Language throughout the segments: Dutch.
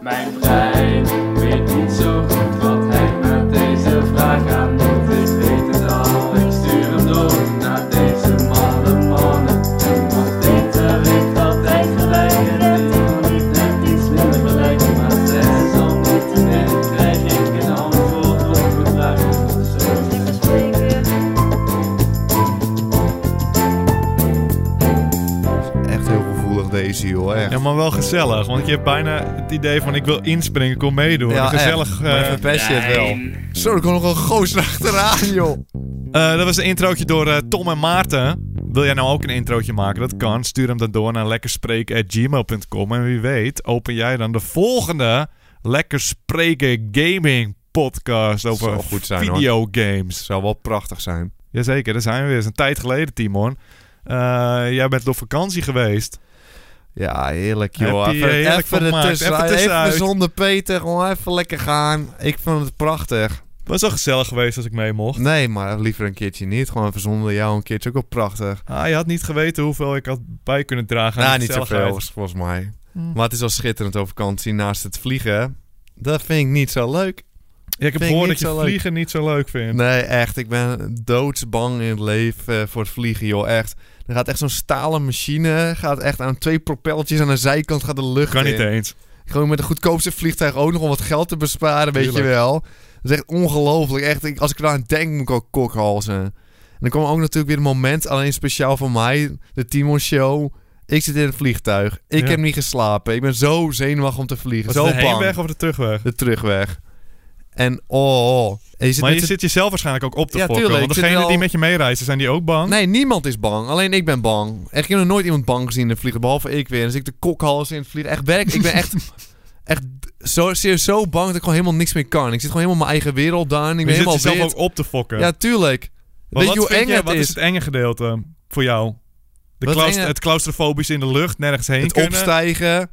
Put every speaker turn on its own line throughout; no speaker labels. Mijn brein weet niet zo goed wat hij met deze vraag aan moet. Ik weet het al, ik stuur hem door naar deze malle mannen. En nog steeds heb ik altijd gelijk. Het is nog niet net iets minder gelijk, maar desalniettemin krijg ik een antwoord op mijn vraag. Zo
Echt heel gevoelig deze, joh. Echt.
Ja, maar wel gezellig. Want je hebt bijna het idee van ik wil inspringen, kom meedoen.
Ja, echt.
gezellig. eh,
Maar verpest je het wel. Zo, er komt nog een gozer achteraan, joh.
eh, dat was een introotje door eh, Tom en Maarten. Wil jij nou ook een introotje maken? Dat kan. Stuur hem dan door naar lekkerspreken.gmail.com. En wie weet open jij dan de volgende Lekker Spreken Gaming podcast over
Zou goed zijn, hoor.
videogames.
Zou wel prachtig zijn.
Jazeker, daar zijn we weer. Het is een tijd geleden, Timon. Eh, jij bent op vakantie geweest.
Ja, heerlijk joh.
Heb je
Even,
eh, heerlijk
even,
gemaakt.
ertussen-
Even
even,
tussenuit.
zonder Peter, gewoon even lekker gaan. Ik vond het prachtig.
Was wel gezellig geweest als ik mee mocht.
Nee, maar liever een keertje niet. Gewoon even zonder jou een keertje ook wel prachtig.
Ah, je had niet geweten hoeveel ik had bij kunnen dragen. aan
nou,
die
niet
gezelligheid.
zoveel volgens mij.
Hm.
Maar het is wel schitterend over vakantie naast het vliegen. Dat vind ik niet zo leuk.
Ja, ik heb
Vind ik
gehoord dat
niet
je
zo leuk.
vliegen niet zo leuk vindt.
Nee, echt. Ik ben doodsbang in het leven eh, voor het vliegen, joh. Echt. Er gaat echt zo'n stalen machine. Gaat echt aan twee propelletjes aan de zijkant gaat de lucht
kan niet
in.
eens.
Gewoon met een goedkoopste vliegtuig ook nog om wat geld te besparen, weet
Tuurlijk.
je wel. Dat is echt ongelooflijk. Echt, ik- als ik eraan denk, moet ik al kokhalzen. En dan kwam ook natuurlijk weer een moment, alleen speciaal voor mij, de Timon Show. Ik zit in het vliegtuig. Ik
Ja.
heb niet geslapen. Ik ben zo zenuwachtig om te vliegen.
Was
zo
het de
bang.
heenweg of de terugweg?
De terugweg. En oh, oh. En je zit
maar
met
je
de-
zit jezelf waarschijnlijk ook op te
Ja,
fokken.
tuurlijk,
Want
ik zit
degenen
wel-
die met je meereizen, zijn die ook bang?
Nee, niemand is bang. Alleen ik ben bang. Echt, ik heb nog nooit iemand bang gezien in het vliegen, behalve ik weer. Dus ik de kokhals in het vliegen. Echt werk. Ik ben echt, echt zo, serieus zo bang dat ik gewoon helemaal niks meer kan. Ik zit gewoon helemaal in mijn eigen wereld daar en ik
je
ben
zit
helemaal
jezelf
wit.
ook op te fokken.
Ja, tuurlijk. Weet
maar
je
wat
hoe
vind
eng
je-
het
wat is
is?
het enge gedeelte voor jou? De
Wat
claust-
enge-
Het claustrofobische in de lucht, nergens heen
Het
kunnen.
opstijgen,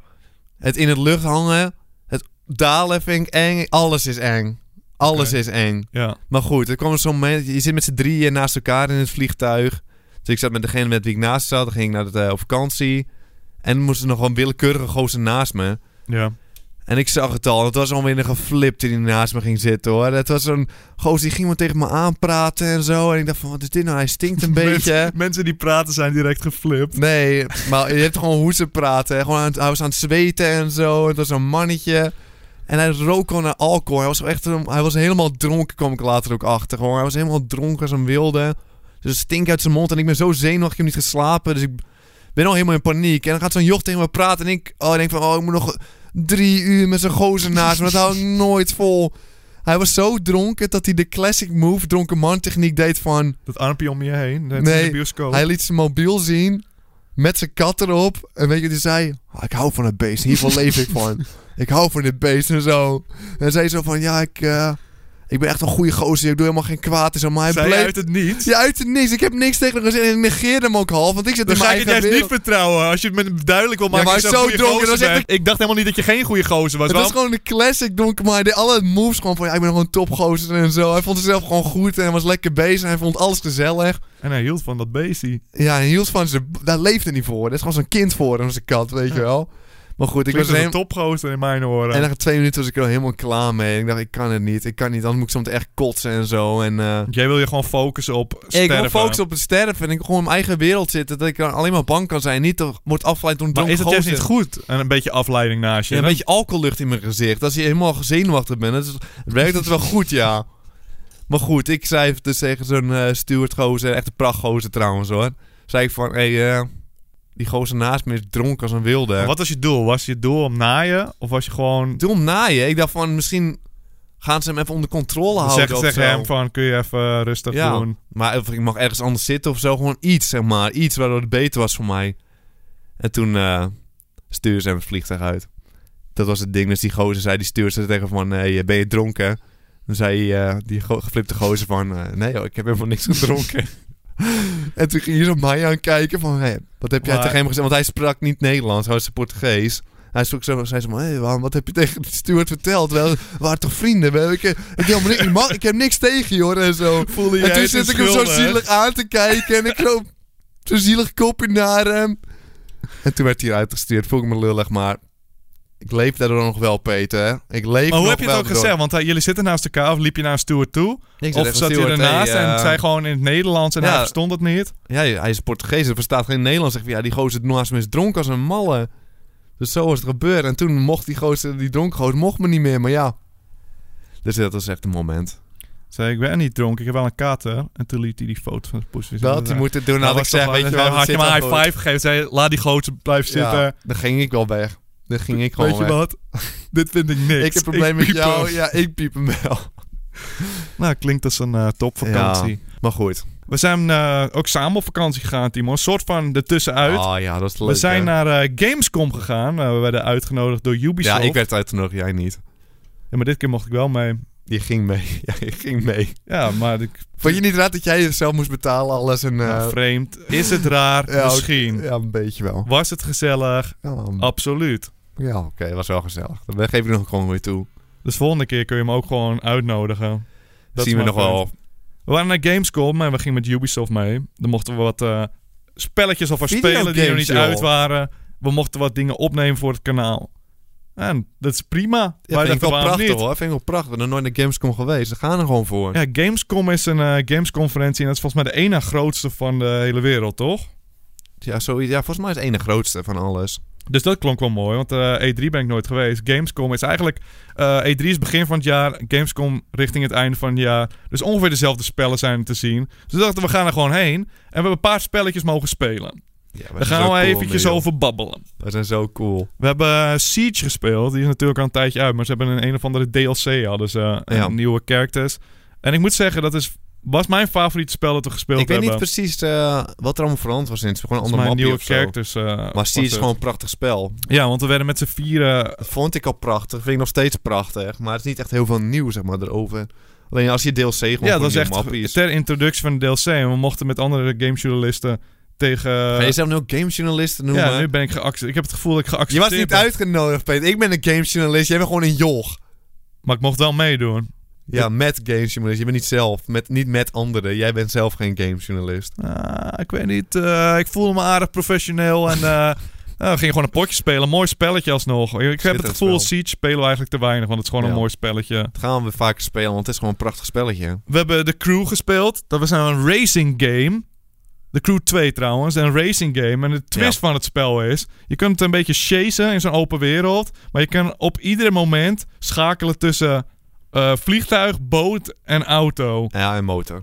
het in het lucht hangen, het dalen vind ik eng. Alles is eng. Alles
Oké.
is eng.
Ja.
Maar goed, er kwam zo'n moment. Je zit met z'n drieën naast elkaar in het vliegtuig. Dus ik zat met degene met wie ik naast zat. Dan ging ik naar de, op vakantie. En er moest er nog wel een willekeurige gozer naast me.
ja.
En ik zag het al. Het was alweer een geflipte die naast me ging zitten hoor. Het was zo'n gozer die ging me tegen me aanpraten en zo. En ik dacht van, wat is dit nou? Hij stinkt een beetje.
Mensen, mensen die praten zijn direct geflipt.
Nee, maar je hebt gewoon hoe ze praten. Gewoon aan het, hij was aan het zweten en zo. Het was een mannetje. En hij rook al naar alcohol. Hij was, gewoon echt, een- hij was helemaal dronken, kwam ik later ook achter. Gewoon. Hij was helemaal dronken als een wilde. Dus het stinkt uit zijn mond. En ik ben zo zenuwachtig, ik heb niet geslapen. Dus ik ben al helemaal in paniek. En dan gaat zo'n joch tegen me praten. En ik oh, ik denk van, oh, ik moet nog drie uur met zo'n gozer naast me. Dat hou ik nooit vol. Hij was zo dronken dat hij de classic move, dronken man techniek deed van...
Dat armpje om je heen. Net
Nee,
in de bioscoop.
Oh. Hij liet zijn mobiel zien. Met zijn kat erop. En weet je wat hij zei? "Ah, ik hou van het beest. Hiervan leef ik van. Ik hou van dit beest en zo. En hij zei zo van... Ja, ik, eh, ik ben echt een goede gozer. Ik doe helemaal geen kwaad en zo. Maar hij
Zij
bleef...
uit het niet.
Ja, uit het niks. Ik heb niks tegen hem gezegd. En ik negeerde hem ook half. Want ik zit
Dan
in
ga
mijn
ik het
eigen
juist niet
wereld.
vertrouwen. Als je het me duidelijk wil
Ja,
maken.
maar hij
dat je
is
zo'n
zo
goede
dronken,
gozer
dat is echt
bent. Ik dacht helemaal niet dat je geen goede gozer was.
Het was
Waarom-
gewoon een classic donker. Maar hij deed alle moves gewoon van... Ja, ik ben gewoon een topgozer en zo. Hij vond zichzelf gewoon goed. En hij was lekker bezig. En hij vond alles gezellig.
En hij hield van dat beestie.
Ja, en hield van zijn... Daar leefde niet voor. Dat is gewoon zo'n kind voor hem, zijn kat. Weet je wel. Maar goed, ik
Ik was
was
een
helemaal...
topgozer in mijn oren.
En na twee minuten was ik er al helemaal klaar mee. Ik dacht, ik kan het niet. Ik kan niet, anders moet ik soms echt kotsen en zo. En, eh,
Jij wil je gewoon focussen op
ik
sterven.
wil focussen op het sterven en ik gewoon in mijn eigen wereld zitten. Dat ik dan alleen maar bang kan zijn. en Niet toch- wordt afgeleid door een
Maar
dronken
is dat juist
gozer.
niet goed? En een beetje afleiding naast je.
Ja, een
Dan-
beetje alcohollucht in mijn gezicht. Als je helemaal zenuwachtig bent, dat is, het werkt dat wel goed, ja. Maar goed, ik zei dus tegen zo'n eh steward gozer, echt een prachtgozer trouwens hoor. Zei ik van, hé, hey, eh, die gozer naast me is dronken als een wilde.
Maar Wat was je doel? Was je doel om naaien? Of was je gewoon...
Doe hem naaien. Ik dacht van, misschien gaan ze hem even onder controle houden
Zeg
of
tegen
zo.
hem van, kun je even eh, rustig
Ja.
doen?
Maar of ik mag ergens anders zitten of zo. Gewoon iets, zeg maar. Iets waardoor het beter was voor mij. En toen eh stuurde ze hem het vliegtuig uit. Dat was het ding. Dus die gozer zei, die stuurde ze tegen hem van... Hey, eh, ben je dronken? Dan zei eh, die go- geflipte gozer van... eh, nee joh, ik heb helemaal niks gedronken. en toen ging hij zo mij aankijken van... Hey, wat heb jij
Maar-
tegen hem gezegd? Want hij sprak niet Nederlands, hij was Portugees. Hij zoek zo, zei ze maar, hey, waarom, wat heb je tegen de steward verteld? Wel, we waren toch vrienden? We, ik, ik, heb helemaal niks- ik, mag- ik heb niks tegen je hoor, en zo.
Voelde
En toen zit ik hem zo zielig aan te kijken en ik loop zo'n zielig kopje naar hem. En toen werd hij eruit gestuurd. Voel ik me lullig, maar Ik leef daardoor nog wel, Peter. Ik leef
Maar hoe
nog
heb je het
wel
ook
door-
gezegd? Want eh, jullie zitten naast elkaar of liep je naar Stuart toe?
Ik zei
Of
tegen
zat je
Stuart,
ernaast
hey,
en
eh,
zei gewoon in het Nederlands en
ja.
hij verstond het niet?
Ja, hij is Portugees, hij verstaat geen Nederlands. Zegt, van, ja, die gozer naast me is dronken als een malle. Dus zo was het gebeurd. En toen mocht die gozer, die dronken gozer, mocht me niet meer. Maar ja, dus dat was echt een moment.
Zei ik ben niet dronken, ik heb wel een kater. En toen liet hij die foto van zijn poes weer zien.
Dat, je moet het doen,
Nou,
had ik
was toch
gezegd, weet
wel-
je
dan
wel.
Had
dat
je
zit wel
maar high
goed.
five gegeven, zei laat die gozer blijven zitten.
Ja, dan ging ik wel weg. Dan ging ik gewoon
Weet je
weg.
wat? Dit vind ik niks.
Ik heb een probleem met
piep
jou.
hem.
Ja, ik piep hem wel.
Nou, klinkt als een eh, topvakantie.
Maar goed.
We zijn eh, ook samen op vakantie gegaan, Timo. Een soort van ertussenuit.
Oh ja, dat is leuk.
we zijn
hè.
naar eh, Gamescom gegaan. Eh, we werden uitgenodigd door Ubisoft.
Ja, ik werd uitgenodigd, jij niet.
Ja, maar dit keer mocht ik wel mee.
Je ging mee. Ja, je ging mee.
Ja, maar ik,
Vond je niet raar dat jij jezelf moest betalen, alles en... eh,
nou, vreemd. Is het raar?
ja,
Misschien.
ja, een beetje wel.
Was het gezellig?
Ja, man.
Absoluut.
Ja, oké, dat was wel gezellig. Dan geef ik nog gewoon weer toe.
Dus volgende keer kun je hem ook gewoon uitnodigen. Dat
zien we
is
nog
mijn punt.
wel.
We waren naar Gamescom en we gingen met Ubisoft mee. Dan mochten we wat eh, spelletjes of wat
Videogames,
spelen die nog niet
joh.
uit waren. We mochten wat dingen opnemen voor het kanaal. En dat is prima.
Ja, vind ik
Wij dachten,
wel
waarom
prachtig
niet?
hoor. Vind ik wel prachtig. We zijn nooit naar Gamescom geweest. Ze gaan er gewoon voor.
Ja, Gamescom is een eh, gamesconferentie en dat is volgens mij de ene grootste van de hele wereld, toch?
Ja, zoiets. ja volgens mij is het ene grootste van alles.
Dus dat klonk wel mooi, want eh, E3 ben ik nooit geweest. Gamescom is eigenlijk... eh, E3 is begin van het jaar, Gamescom richting het einde van het jaar. Dus ongeveer dezelfde spellen zijn te zien. Dus we dachten, we gaan er gewoon heen. En we hebben een paar spelletjes mogen spelen.
Ja,
Daar gaan we eventjes
over.
over babbelen.
We zijn zo cool.
We hebben eh, Siege gespeeld. Die is natuurlijk al een tijdje uit. Maar ze hebben een een of andere DLC. Hadden ze eh,
Ja.
nieuwe characters. En ik moet zeggen, dat is, was mijn favoriete spel dat we gespeeld
ik weet
hebben.
niet precies eh, wat er allemaal veranderd was sinds. Gewoon een ander
Volgens mij
mapje
nieuwe
of zo.
characters. eh,
Maar Siege
was
is
het.
gewoon een prachtig spel.
Ja, want we werden met z'n vieren...
Dat vond ik al prachtig. Vind ik nog steeds prachtig. Maar het is niet echt heel veel nieuw, zeg maar, erover. Alleen als je DLC gewoon
Ja,
voor
dat was
nieuwe
echt
mappies.
ter introductie van de DLC. En we mochten met andere gamejournalisten tegen...
Ga je zelf nu ook gamejournalisten noemen?
ja, nu ben ik geaccepteerd. Ik heb het gevoel dat ik
je
geaccepteerd
was niet
ben.
uitgenodigd, Peter. Ik ben een gamejournalist. Jij bent gewoon een joch.
Maar ik mocht wel meedoen.
Ja, met gamejournalist. Je bent niet zelf. Met, niet met anderen. Jij bent zelf geen gamejournalist.
Ah, ik weet niet. eh, ik voelde me aardig professioneel. En eh nou, we gingen gewoon een potje spelen. Mooi spelletje alsnog. Ik heb het
Schitterend
gevoel,
spel.
Siege spelen we eigenlijk te weinig. Want het is gewoon
Ja.
een mooi spelletje.
Dat gaan we vaker spelen, want het is gewoon een prachtig spelletje.
We hebben de Crew gespeeld. Dat was nou een racing game. De Crew 2 trouwens. Een racing game. En de twist
Ja.
van het spel is... Je kunt het een beetje chasen in zo'n open wereld. Maar je kan op ieder moment schakelen tussen... eh, vliegtuig, boot en auto.
Ja, en motor.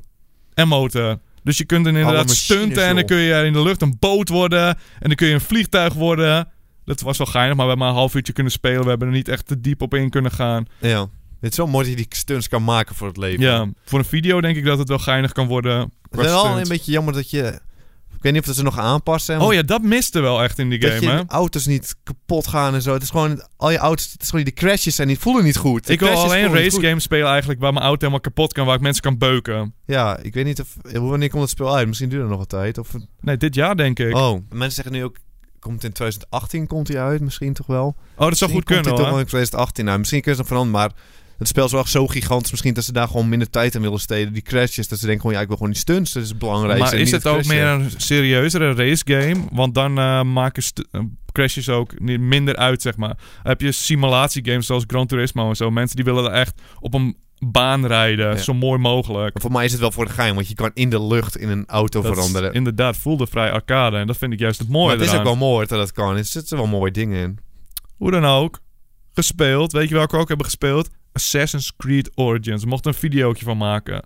en motor. Dus je kunt dan inderdaad
machines,
stunten en
joh.
dan kun je in de lucht een boot worden. En dan kun je een vliegtuig worden. Dat was wel geinig, maar we hebben maar een half uurtje kunnen spelen. We hebben er niet echt te diep op in kunnen gaan.
Ja. Het is zo mooi dat je die stunts kan maken voor het leven.
Ja, voor een video denk ik dat het wel geinig kan worden.
Het
qua
is wel
stunts.
een beetje jammer dat je... Ik weet niet of dat ze nog aanpassen.
Oh ja, dat miste wel echt in die
Dat
game, hè?
je auto's niet kapot gaan en zo. Het is gewoon... Al je auto's... Het is gewoon die crashes en die voelen niet goed. De
Ik wil
crashes
alleen
voelen niet
race
goed.
games spelen eigenlijk waar mijn auto helemaal kapot kan, waar ik mensen kan beuken.
Ja, ik weet niet of... Wanneer komt het spel uit? Misschien duurt het nog wat tijd. Of...
Nee, dit jaar denk ik. Oh,
Oh, mensen zeggen nu ook... Komt in 2018 komt hij uit? Misschien toch wel?
dat zou goed kunnen,
Misschien komt hij toch
hoor.
wel in 2018 uit. Misschien kunnen ze nog veranderen, maar... Het spel is wel echt zo gigantisch. Misschien dat ze daar gewoon minder tijd aan willen steden. Die crashes. Dat ze denken gewoon... Ja, ik wil gewoon die stunts. Dat is het belangrijkste.
Maar
en
is
niet
het ook
crashen.
meer een serieuzere race game? Want dan eh, maken st- eh, crashes ook ni- minder uit, zeg maar. Heb je simulatiegames zoals Gran Turismo en zo. Mensen die willen er echt op een baan rijden,
Ja.
zo mooi mogelijk.
Maar voor mij is het wel voor de gein, want je kan in de lucht in een auto
Dat is
veranderen.
inderdaad voelde vrij arcade en dat vind ik juist het mooie
maar het is ook
eraan.
wel mooi dat dat kan. Er zitten wel mooie dingen in.
Hoe dan ook, gespeeld. Weet je welke we ook hebben gespeeld? Assassin's Creed Origins. We mochten een videootje van maken.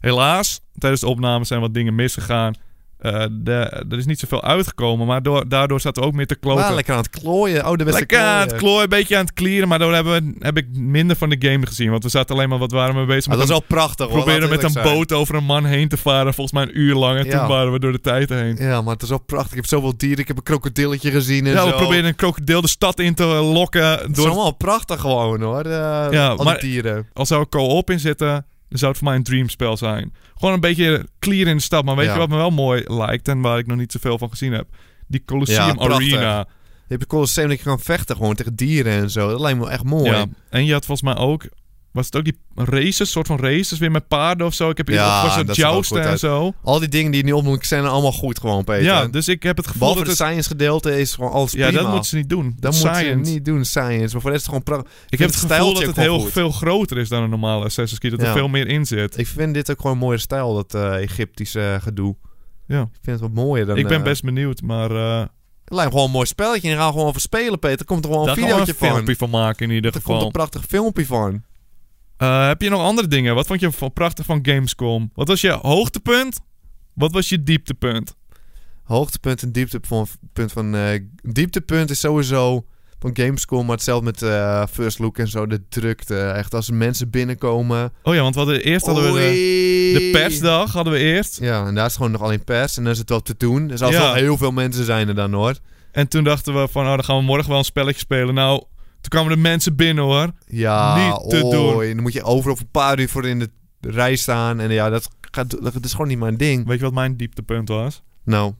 Helaas, tijdens de opname zijn wat dingen misgegaan. Eh, de, er is niet zoveel uitgekomen, maar door, daardoor zaten we ook meer te
Maar
kloten.
lekker aan het klooien. Oh, de beste
Lekker aan het
klooien.
klooien, een beetje aan het clearen. Maar daar hebben we- heb ik minder van de game gezien. Want we zaten alleen maar, wat waren we bezig
Maar
met...
dat is
een-
wel prachtig hoor.
proberen
laten
met
we
een
eerlijk
boot over een man heen te varen. Volgens mij een uur lang. En
Ja.
toen waren we door de tijd heen.
zijn. Ja, maar het is wel prachtig. Ik heb zoveel dieren. Ik heb een krokodilletje gezien en
Ja, we
zo.
proberen een krokodil de stad in te lokken.
Het is
Door,
allemaal prachtig gewoon hoor. eh, al die
maar-
dieren.
als zou er co-op in zitten, dan zou het voor mij een dreamspel zijn. Gewoon een beetje clear in de stad. Maar weet
Ja.
je wat me wel mooi lijkt en waar ik nog niet zoveel van gezien heb? Die
Ja,
Colosseum
prachtig.
Arena.
Je hebt een Colosseum dat je kan vechten gewoon tegen dieren en zo. Dat lijkt me wel echt mooi.
Ja. En je had volgens mij ook... Was het ook die races, soort van races weer met paarden of zo? Ik heb hier
Ja,
nog zo'n
dat zag er ook goed
jousten en
uit.
zo.
Al die dingen die je nu opnoemt zijn allemaal goed gewoon, Peter.
Ja, dus ik heb het gevoel
Behalve
dat
het
het...
science gedeelte is gewoon alles
Ja,
prima.
dat moeten ze niet doen.
dat moet
Science.
je niet doen, science. Maar voor de rest is het gewoon... pra-
Ik heb
vind
het
het
gevoel dat
stijltje
het
ook wel
heel
goed.
veel groter is dan een normale Assassin's Creed. Dat er
Ja.
veel meer in zit.
Ik vind dit ook gewoon een mooie stijl, dat eh, Egyptische gedoe.
Ja.
Ik vind het wat mooier dan...
ik ben
eh,
best benieuwd, maar... eh
Het lijkt me gewoon een mooi spelletje. En daar gaan we gewoon voor spelen, Peter. Er komt er gewoon
daar
een
gaan we
videootje
een
van.
filmpje van maken in ieder
Er komt
geval.
een prachtig filmpje van.
Eh, heb je nog andere dingen? Wat vond je van, prachtig van Gamescom? Wat was je hoogtepunt? Wat was je dieptepunt?
Hoogtepunt en dieptepunt van... eh, dieptepunt is sowieso van Gamescom, maar hetzelfde met eh, First Look en zo. De drukte. Echt als mensen binnenkomen.
Oh ja, want we hadden, eerst hadden we de, de persdag. Hadden we eerst.
Ja, en daar is gewoon nog alleen pers. En dan is het wel te doen. Dus Er zal
Ja.
wel heel veel mensen zijn er dan, hoor.
En toen dachten we van, oh, dan gaan we morgen wel een spelletje spelen. Nou, toen kwamen de mensen binnen hoor.
Ja,
Niet te
oei,
doen.
Dan moet je overal voor een paar uur voor in de rij staan. En ja, dat, gaat, dat is gewoon niet mijn ding.
Weet je wat mijn dieptepunt was?
Nou,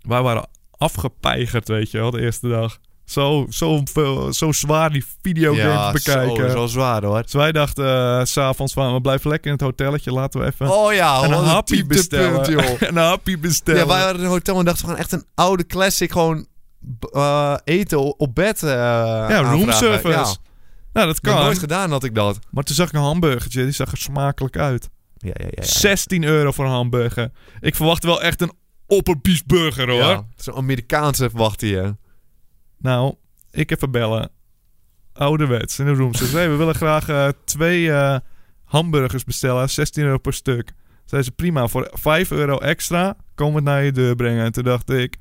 Wij waren afgepeigerd, weet je wel, de eerste dag. Zo, zo, veel, zo zwaar die videogames
ja,
bekijken.
Zo, zo zwaar hoor.
Dus wij dachten eh, s s'avonds van, we blijven lekker in het hotelletje. Laten we even
Oh ja,
een
wat
happy
dieptepunt,
bestellen.
joh.
een happy bestellen.
Ja, wij waren in een hotel en dachten we gaan echt een oude classic gewoon b- eh, eten o- op bed eh
Ja,
aanvragen.
roomservice.
Ja,
Nou, dat
ik heb
kan.
nooit gedaan had ik dat.
Maar toen zag ik een hamburgertje, die zag er smakelijk uit.
Ja, ja, ja.
16 euro voor een hamburger. Ik verwacht wel echt een opperbiesburger hoor.
Zo'n Amerikaanse verwachtte je.
Nou, ik even bellen. Ouderwets in de room. Ze zei, hey, we willen graag eh, twee eh, hamburgers bestellen. 16 euro per stuk. Zei ze, prima, voor 5 euro extra komen we het naar je deur brengen. En toen dacht ik,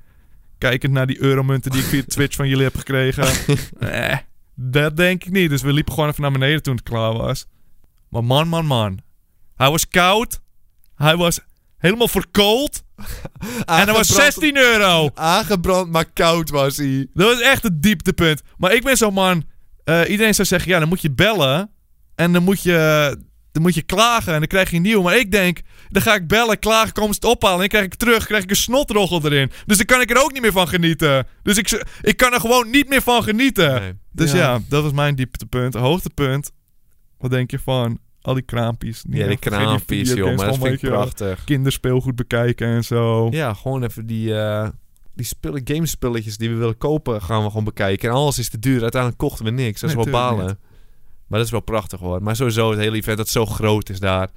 kijkend naar die euromunten die ik via Twitch van jullie heb gekregen. eh, dat denk ik niet. Dus we liepen gewoon even naar beneden toen het klaar was. Maar man, man, man. Hij was koud. Hij was helemaal verkoold. En dat
Aangebrand-
was 16 euro.
Aangebrand, maar koud was hij.
Dat was echt het dieptepunt. Maar ik ben zo'n man. eh, iedereen zou zeggen: ja, dan moet je bellen. En dan moet je, dan moet je klagen. En dan krijg je een nieuw. Maar ik denk: dan ga ik bellen, klagen, komen ze het ophalen. En dan krijg ik terug. Krijg ik een snotroggel erin. Dus dan kan ik er ook niet meer van genieten. Dus ik, z- ik kan er gewoon niet meer van genieten.
Nee.
Dus ja. dat was mijn dieptepunt. Hoogtepunt. Wat denk je van al die kraampjes? Niet
Ja, die
echt, vergeet
kraanvis, joh.
videogames,
Maar dat
gewoon,
vind ik
weet je wel,
prachtig.
Kinderspeelgoed bekijken en zo.
Ja, gewoon even die, eh, die spullen, gamespulletjes die we willen kopen, gaan we gewoon bekijken. En alles is te duur. Uiteindelijk kochten we niks. Dat is
Nee,
wel
tuurlijk
balen. Maar dat is wel prachtig hoor. Maar sowieso het hele event dat zo groot is daar.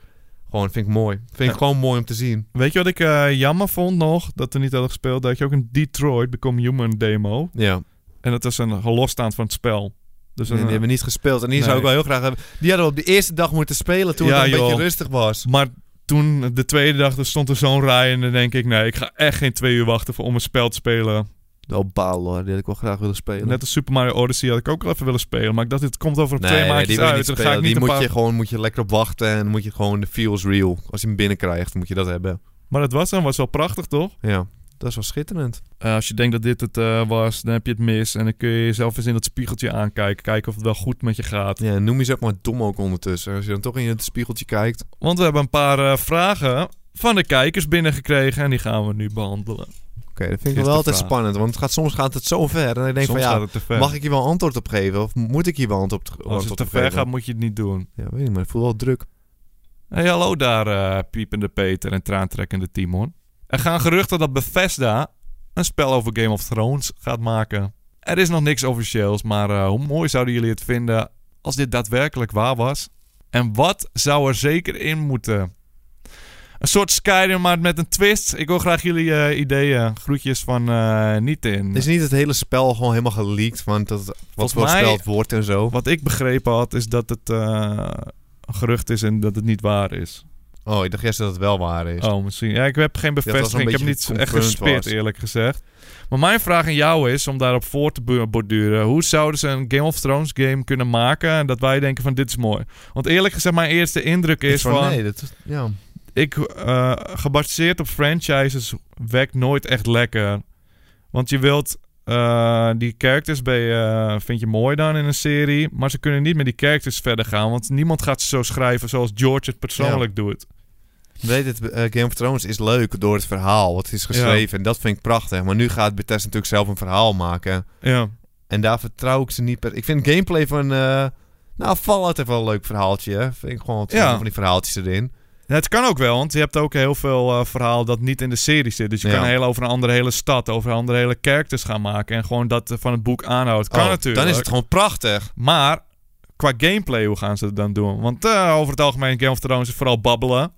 Gewoon vind ik mooi. Vind
Ja.
ik gewoon mooi om te zien.
Weet je wat ik eh, jammer vond nog? Dat we niet hadden gespeeld. Dat je ook een Detroit Become Human demo.
Ja.
En dat was een losstaand van het spel. Dus
En
een,
die hebben we niet gespeeld. En die zou
Nee.
ik wel heel graag hebben. Die hadden we op de eerste dag moeten spelen toen
Ja,
het een
joh.
beetje rustig was.
Maar toen, de tweede dag, er stond er zo'n rij. En dan denk ik, nee, ik ga echt geen twee uur wachten voor, om een spel te spelen.
Wel balen hoor. Die had ik wel graag willen spelen.
Net als Super Mario Odyssey had ik ook wel even willen spelen. Maar ik dacht, dit komt over
Nee,
twee
nee,
maandjes
die wil je
uit.
niet
Dan ga ik
spelen.
niet
Die
een
moet
paar...
je gewoon moet je lekker op wachten. En dan moet je gewoon de feels real. Als je hem binnenkrijgt, moet je dat hebben.
Maar dat was dan, was wel prachtig, toch?
Ja, dat is wel schitterend.
Eh, als je denkt dat dit het eh, was, dan heb je het mis. En dan kun je jezelf eens in dat spiegeltje aankijken. Kijken of het wel goed met je gaat.
Ja, noem jezelf maar dom ook ondertussen. Als je dan toch in het spiegeltje kijkt.
Want we hebben een paar eh, vragen van de kijkers binnengekregen en die gaan we nu behandelen.
Oké, dat vind ik wel
Is de
altijd
vraag.
spannend. Want het gaat, soms gaat het zo ver. En ik denk
Soms
van ja,
gaat het te ver.
mag ik Oh, hier wel antwoord op geven? Of moet ik hier wel antwoord,
Als
antwoord
het
op
te
geven?
ver gaat, moet je het niet doen.
Ja, weet ik maar. Ik voel wel druk.
Hey, hallo daar, eh, piepende Peter en traantrekkende Timon. Er gaan geruchten dat Bethesda een spel over Game of Thrones gaat maken. Er is nog niks officieels, maar eh, hoe mooi zouden jullie het vinden als dit daadwerkelijk waar was? En wat zou er zeker in moeten? Een soort Skyrim, maar met een twist. Ik wil graag jullie eh, ideeën. Groetjes van eh niet in.
Is niet het hele spel gewoon helemaal geleakt? Want dat, wat
Volgens
voorspeld
mij-
wordt en zo.
Wat ik begrepen had, is dat het eh, een gerucht is en dat het niet waar is.
Oh, ik dacht eerst dat het wel waar is.
Oh, misschien. Ja, ik heb geen
een
bevestiging. Ik
beetje
heb niet echt
confirmed
gespit,
was.
eerlijk gezegd. Maar mijn vraag aan jou is, om daarop voor te bu- borduren... hoe zouden ze een Game of Thrones game kunnen maken... en dat wij denken van dit is mooi? Want eerlijk gezegd, mijn eerste indruk
Ik
is
van,
van...
Nee, dat is- ja.
ik, eh, gebaseerd op franchises werkt nooit echt lekker. Want je wilt eh, die characters bij, eh, vind je mooi dan in een serie. Maar ze kunnen niet met die characters verder gaan. Want niemand gaat ze zo schrijven zoals George het persoonlijk doet.
Weet het, eh, Game of Thrones is leuk door het verhaal. Wat is geschreven. En dat vind ik prachtig. Maar nu gaat Bethesda natuurlijk zelf een verhaal maken.
Ja.
En daar vertrouw ik ze niet per... Ik vind gameplay van eh, Nou, Fallout heeft wel een leuk verhaaltje. hè. Vind ik gewoon het
Ja.
van die verhaaltjes erin.
Ja, het kan ook wel, want je hebt ook heel veel eh, verhaal dat niet in de serie zit. Dus je
Ja.
kan heel over een andere hele stad, over andere hele characters gaan maken. En gewoon dat eh, van het boek aanhoudt. Kan
Oh,
natuurlijk.
Dan is het gewoon prachtig.
Maar qua gameplay, hoe gaan ze het dan doen? Want eh, over het algemeen, Game of Thrones is vooral babbelen.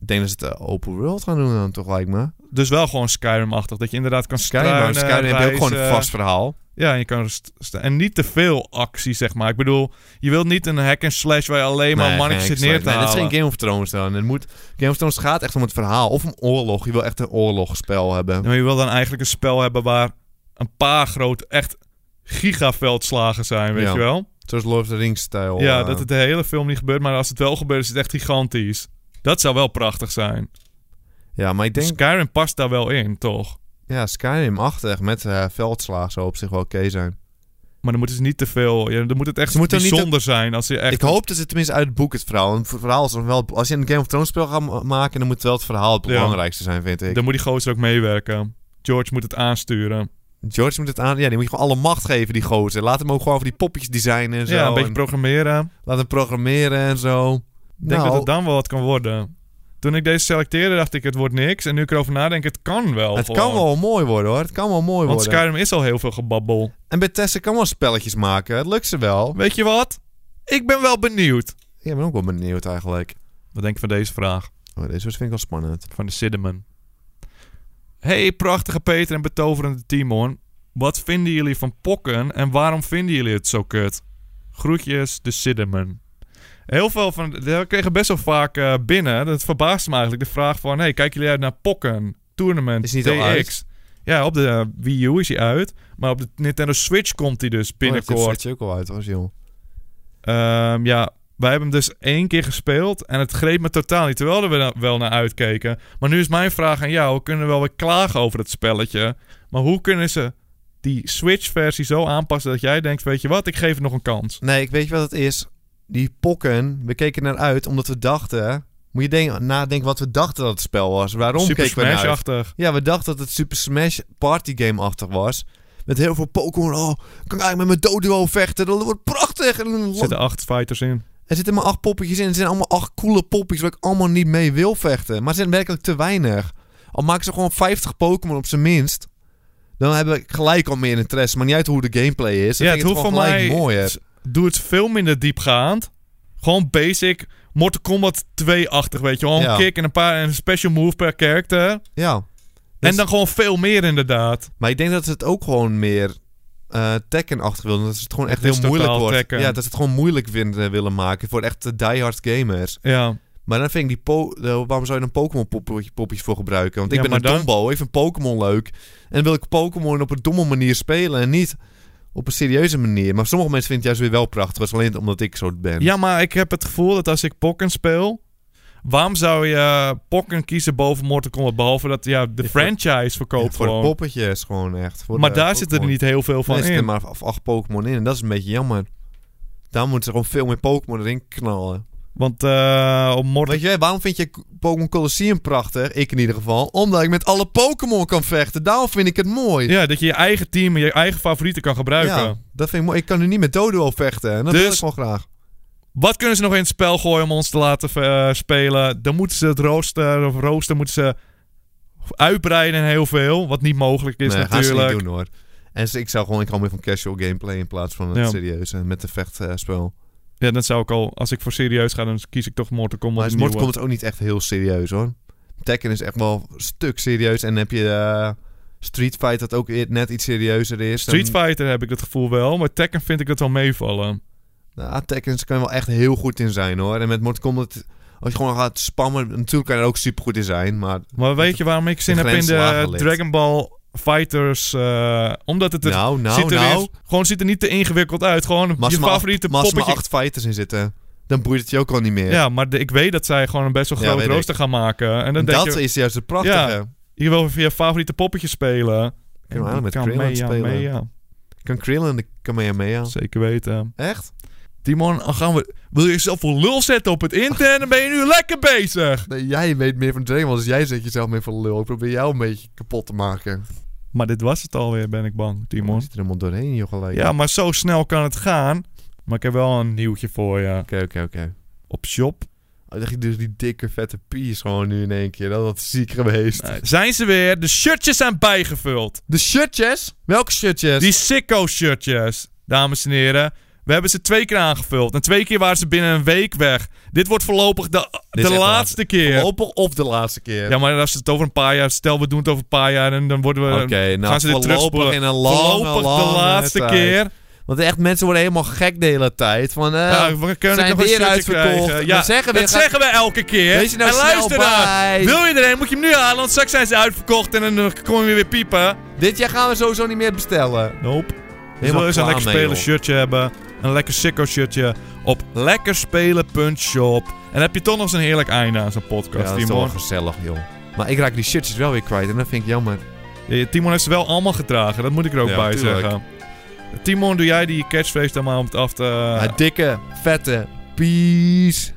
Ik denk dat ze het eh, open world gaan doen dan toch, lijkt me.
Dus wel gewoon Skyrim-achtig. Dat je inderdaad kan
Skyrim, maar
struinen,
Skyrim heb je ook gewoon een
reizen.
vast verhaal.
Ja, en je kan... rust- st- En niet te veel actie, zeg maar. Ik bedoel, je wilt niet een hack-and-slash waar je alleen maar
Nee,
mannetjes
geen
zit neer te
nee,
halen.
Dat is geen Game of Thrones dan. Het moet, Game of Thrones gaat echt om het verhaal. Of om oorlog. Je wil echt een oorlogsspel hebben.
Ja, Maar je wil dan eigenlijk een spel hebben waar een paar groot, echt gigaveldslagen zijn, weet
Ja.
je wel?
Zoals Lord of the Rings stijl.
ja,
eh.
dat het de hele film niet gebeurt, maar als het wel gebeurt is het echt gigantisch. Dat zou wel prachtig zijn.
ja, maar ik denk...
Skyrim past daar wel in, toch?
Ja, Skyrim-achtig met eh veldslaag zou op zich wel oké zijn.
Maar dan moet het niet te veel. Ja, dan moet het echt
Ze moeten niet
bijzonder zijn als je echt.
Ik hoop dat ze tenminste uit het boek het verhaal... want Het verhaal is nog wel... Als je een Game of Thrones spel gaat ma- maken... dan moet wel het verhaal het
Ja.
belangrijkste zijn, vind ik.
Dan moet die gozer ook meewerken. George moet het aansturen.
George moet het aan... Ja, die moet je gewoon alle macht geven, die gozer. Laat hem ook gewoon voor die poppetjes designen en zo.
ja, een beetje
en
programmeren.
laat hem programmeren en zo.
Ik denk
Nou,
dat het dan wel wat kan worden. Toen ik deze selecteerde, dacht ik, het wordt niks. En nu ik erover nadenk, het kan wel.
het
gewoon.
kan wel mooi worden, hoor. Het kan wel mooi
Want
worden.
Skyrim is al heel veel gebabbel.
En Bethesda kan wel spelletjes maken. Het lukt ze wel.
Weet je wat? Ik ben wel benieuwd.
Ja, ik ben ook wel benieuwd eigenlijk.
Wat denk je van deze vraag?
Oh, deze vind ik wel spannend.
Van de Cinnamon. Hey, prachtige Peter en betoverende Timon. Wat vinden jullie van pokken en waarom vinden jullie het zo kut? Groetjes, de Cinnamon. Heel veel van... We kregen best wel vaak eh, binnen. Dat verbaast me eigenlijk. De vraag van... Hey, kijken jullie uit naar pokken? Tournament,
Is die
DX.
niet al
Ja, op de eh, Wii U is hij uit. Maar op de Nintendo Switch komt hij dus binnenkort.
Oh, Dat je ook al uit, was joh.
Ehm, ja, wij hebben hem dus één keer gespeeld en het greep me totaal niet, terwijl we er wel naar uitkeken. Maar nu is mijn vraag aan jou, we kunnen wel weer klagen over het spelletje, maar hoe kunnen ze die Switch-versie zo aanpassen dat jij denkt, weet je wat, ik geef het nog een kans.
Nee, ik weet je wat het is. Die pokken, we keken naar uit omdat we dachten... Moet je denken, nadenken wat we dachten dat het spel was. Waarom
Super
keken we naar uit?
Smash-achtig.
Ja, we dachten dat het Super Smash Party Game-achtig was. Met heel veel Pokémon. Oh, ik kan eigenlijk met mijn Doduo vechten. Dat wordt prachtig. En dan
Er zitten acht fighters in.
Er zitten maar acht poppetjes in. Er zijn allemaal acht coole poppetjes waar ik allemaal niet mee wil vechten. Maar er zijn werkelijk te weinig. Al maken ze gewoon 50 Pokémon op zijn minst. Dan heb ik gelijk al meer interesse. Maar niet uit hoe de gameplay is. Dan
Ja,
vind ik
het hoeft
gewoon
van
gelijk
mij-
mooier.
Doe het veel minder diepgaand. Gewoon basic Mortal Kombat 2-achtig, weet je wel. Een
Ja.
kick en een, paar, en een special move per character.
Ja.
En
Dus-
dan gewoon veel meer inderdaad.
Maar ik denk dat ze het ook gewoon meer eh Tekken-achtig willen. Dat ze het gewoon echt
Het is
heel moeilijk
totaal
wordt.
Tekken.
Ja, dat ze het gewoon moeilijk vinden, willen maken voor echt diehard gamers.
Ja.
Maar dan vind ik die... Po eh, waarom zou je dan Pokémon-poppies voor gebruiken? Want ik
Ja,
ben
maar
een
dan-
dombo. Ik vind Pokémon leuk. En dan wil ik Pokémon op een domme manier spelen. En niet op een serieuze manier. Maar sommige mensen vinden het juist weer wel prachtig. Dat is alleen omdat ik zo ben.
Ja, maar ik heb het gevoel dat als ik Pokken speel... Waarom zou je Pokken kiezen boven Mortal Kombat? Behalve dat ja, de
Ja, voor-
franchise
Ja,
verkoopt
voor de
gewoon.
poppetjes gewoon echt. Voor
maar
de
daar zitten er
Pokémon.
niet heel veel van
Nee, er
in.
zitten maar af- acht Pokémon in. En dat is een beetje jammer. Daar moeten ze gewoon veel meer Pokémon erin knallen.
Want eh op Mortal
Weet je, waarom vind je Pokémon Colosseum prachtig? Ik in ieder geval. Omdat ik met alle Pokémon kan vechten. Daarom vind ik het mooi.
Ja, dat je je eigen team en je eigen favorieten kan gebruiken.
Ja, dat vind ik mooi. Ik kan nu niet met Dodo vechten. En dat wil
Dus-
ik gewoon graag.
Wat kunnen ze nog in het spel gooien om ons te laten eh, spelen? Dan moeten ze het rooster of rooster moeten ze uitbreiden en heel veel. Wat niet mogelijk is
nee, gaan ze
natuurlijk.
niet doen hoor. En ze- ik zou gewoon, ik hou meer van casual gameplay in plaats van het
Ja.
serieuze met de vechtspel.
Ja, dan zou ik al, als ik voor serieus ga, dan kies ik toch Mortal Kombat.
Maar is
de
Mortal
nieuwe.
Kombat ook niet echt heel serieus hoor. Tekken is echt wel een stuk serieus. En dan heb je eh, Street Fighter dat ook eer- net iets serieuzer is.
Street
Dan-
Fighter heb ik het gevoel wel, maar Tekken vind ik het wel meevallen.
Nou, Tekken kan je wel echt heel goed in zijn hoor. En met Mortal Kombat, als je gewoon gaat spammen, natuurlijk kan je er ook super goed in zijn. Maar
Maar weet je waarom ik zin
de
heb in
grens
de
lager ligt.
Dragon Ball Fighters? eh, omdat het er,
nou, nou,
ziet er
nou.
weer- gewoon ziet er niet te ingewikkeld uit. Gewoon
Maar als
je
er maar acht-
favoriete
maar als er maar
poppetje.
acht fighters in zitten, dan boeit het je ook al niet meer.
Ja, maar de- ik weet dat zij gewoon een best wel
Ja,
groot
weet ik.
rooster gaan maken. En dan
En
denk
dat
je,
is juist het prachtige.
Ja. je wil via favoriete poppetjes spelen. En
maar
die
met
kan
Krillin
mee, ja,
spelen.
mee, ja.
Kan Krillin en de Kamehameha.
Zeker weten.
Echt?
Timon, dan gaan we, wil je jezelf voor lul zetten op het internet? Dan ben je nu lekker bezig.
Nee, jij weet meer van Dragon Ball, dus jij zet jezelf meer voor de lul. Ik probeer jou een beetje kapot te maken.
Maar dit was het alweer, ben ik bang,
Je
Timon.
zit er helemaal doorheen, joh, gelijk.
Ja, maar zo snel kan het gaan. Maar ik heb wel een nieuwtje voor je.
Oké, oké, oké.
Op shop
Oh, dacht je dus die dikke vette pies gewoon nu in één keer. Dat had ziek geweest.
zijn ze weer. De shirtjes zijn bijgevuld.
De shirtjes? Welke shirtjes?
Die sicko shirtjes, dames en heren. We hebben ze twee keer aangevuld. En twee keer waren ze binnen een week weg. Dit wordt voorlopig de,
is
de
echt de
laatste keer.
Voorlopig of de laatste keer?
Ja, maar als ze het over een paar jaar... Stel, we doen het over een paar jaar en dan worden we...
Oké, nou
eh, gaan ze dit
voorlopig
terugspoelen.
in een lange,
Voorlopig
lange
de laatste
tijd.
keer.
Want echt, mensen worden helemaal gek de hele tijd. Van, eh,
Ja, we kunnen
zijn
nog een
weer
shirtje
uitverkocht.
krijgen. Ja,
We zeggen weer-
dat zeggen we elke keer.
Wees je nou
en
snel
luister daar.
bij.
Wil je er een, moet je hem nu halen, want straks zijn ze uitverkocht en dan eh, kom je weer piepen.
dit jaar gaan we sowieso niet meer bestellen.
Nope. Dus
Helemaal
wil je zo'n
klaar
lekker
mee,
spelen
joh.
shirtje hebben, een lekker sicko shirtje op lekkerspelen.shop. En dan heb je toch nog zo'n heerlijk einde aan zo'n
Ja,
podcast,
dat is toch wel
Timon.
gezellig, joh. Maar ik raak die shirtjes wel weer kwijt en dat vind ik jammer.
Ja, Timon heeft ze wel allemaal gedragen, dat moet ik er ook
Ja,
bij
tuurlijk.
zeggen. Timon, doe jij die catchphrase dan maar om het af te...
Maar dikke, vette, pies.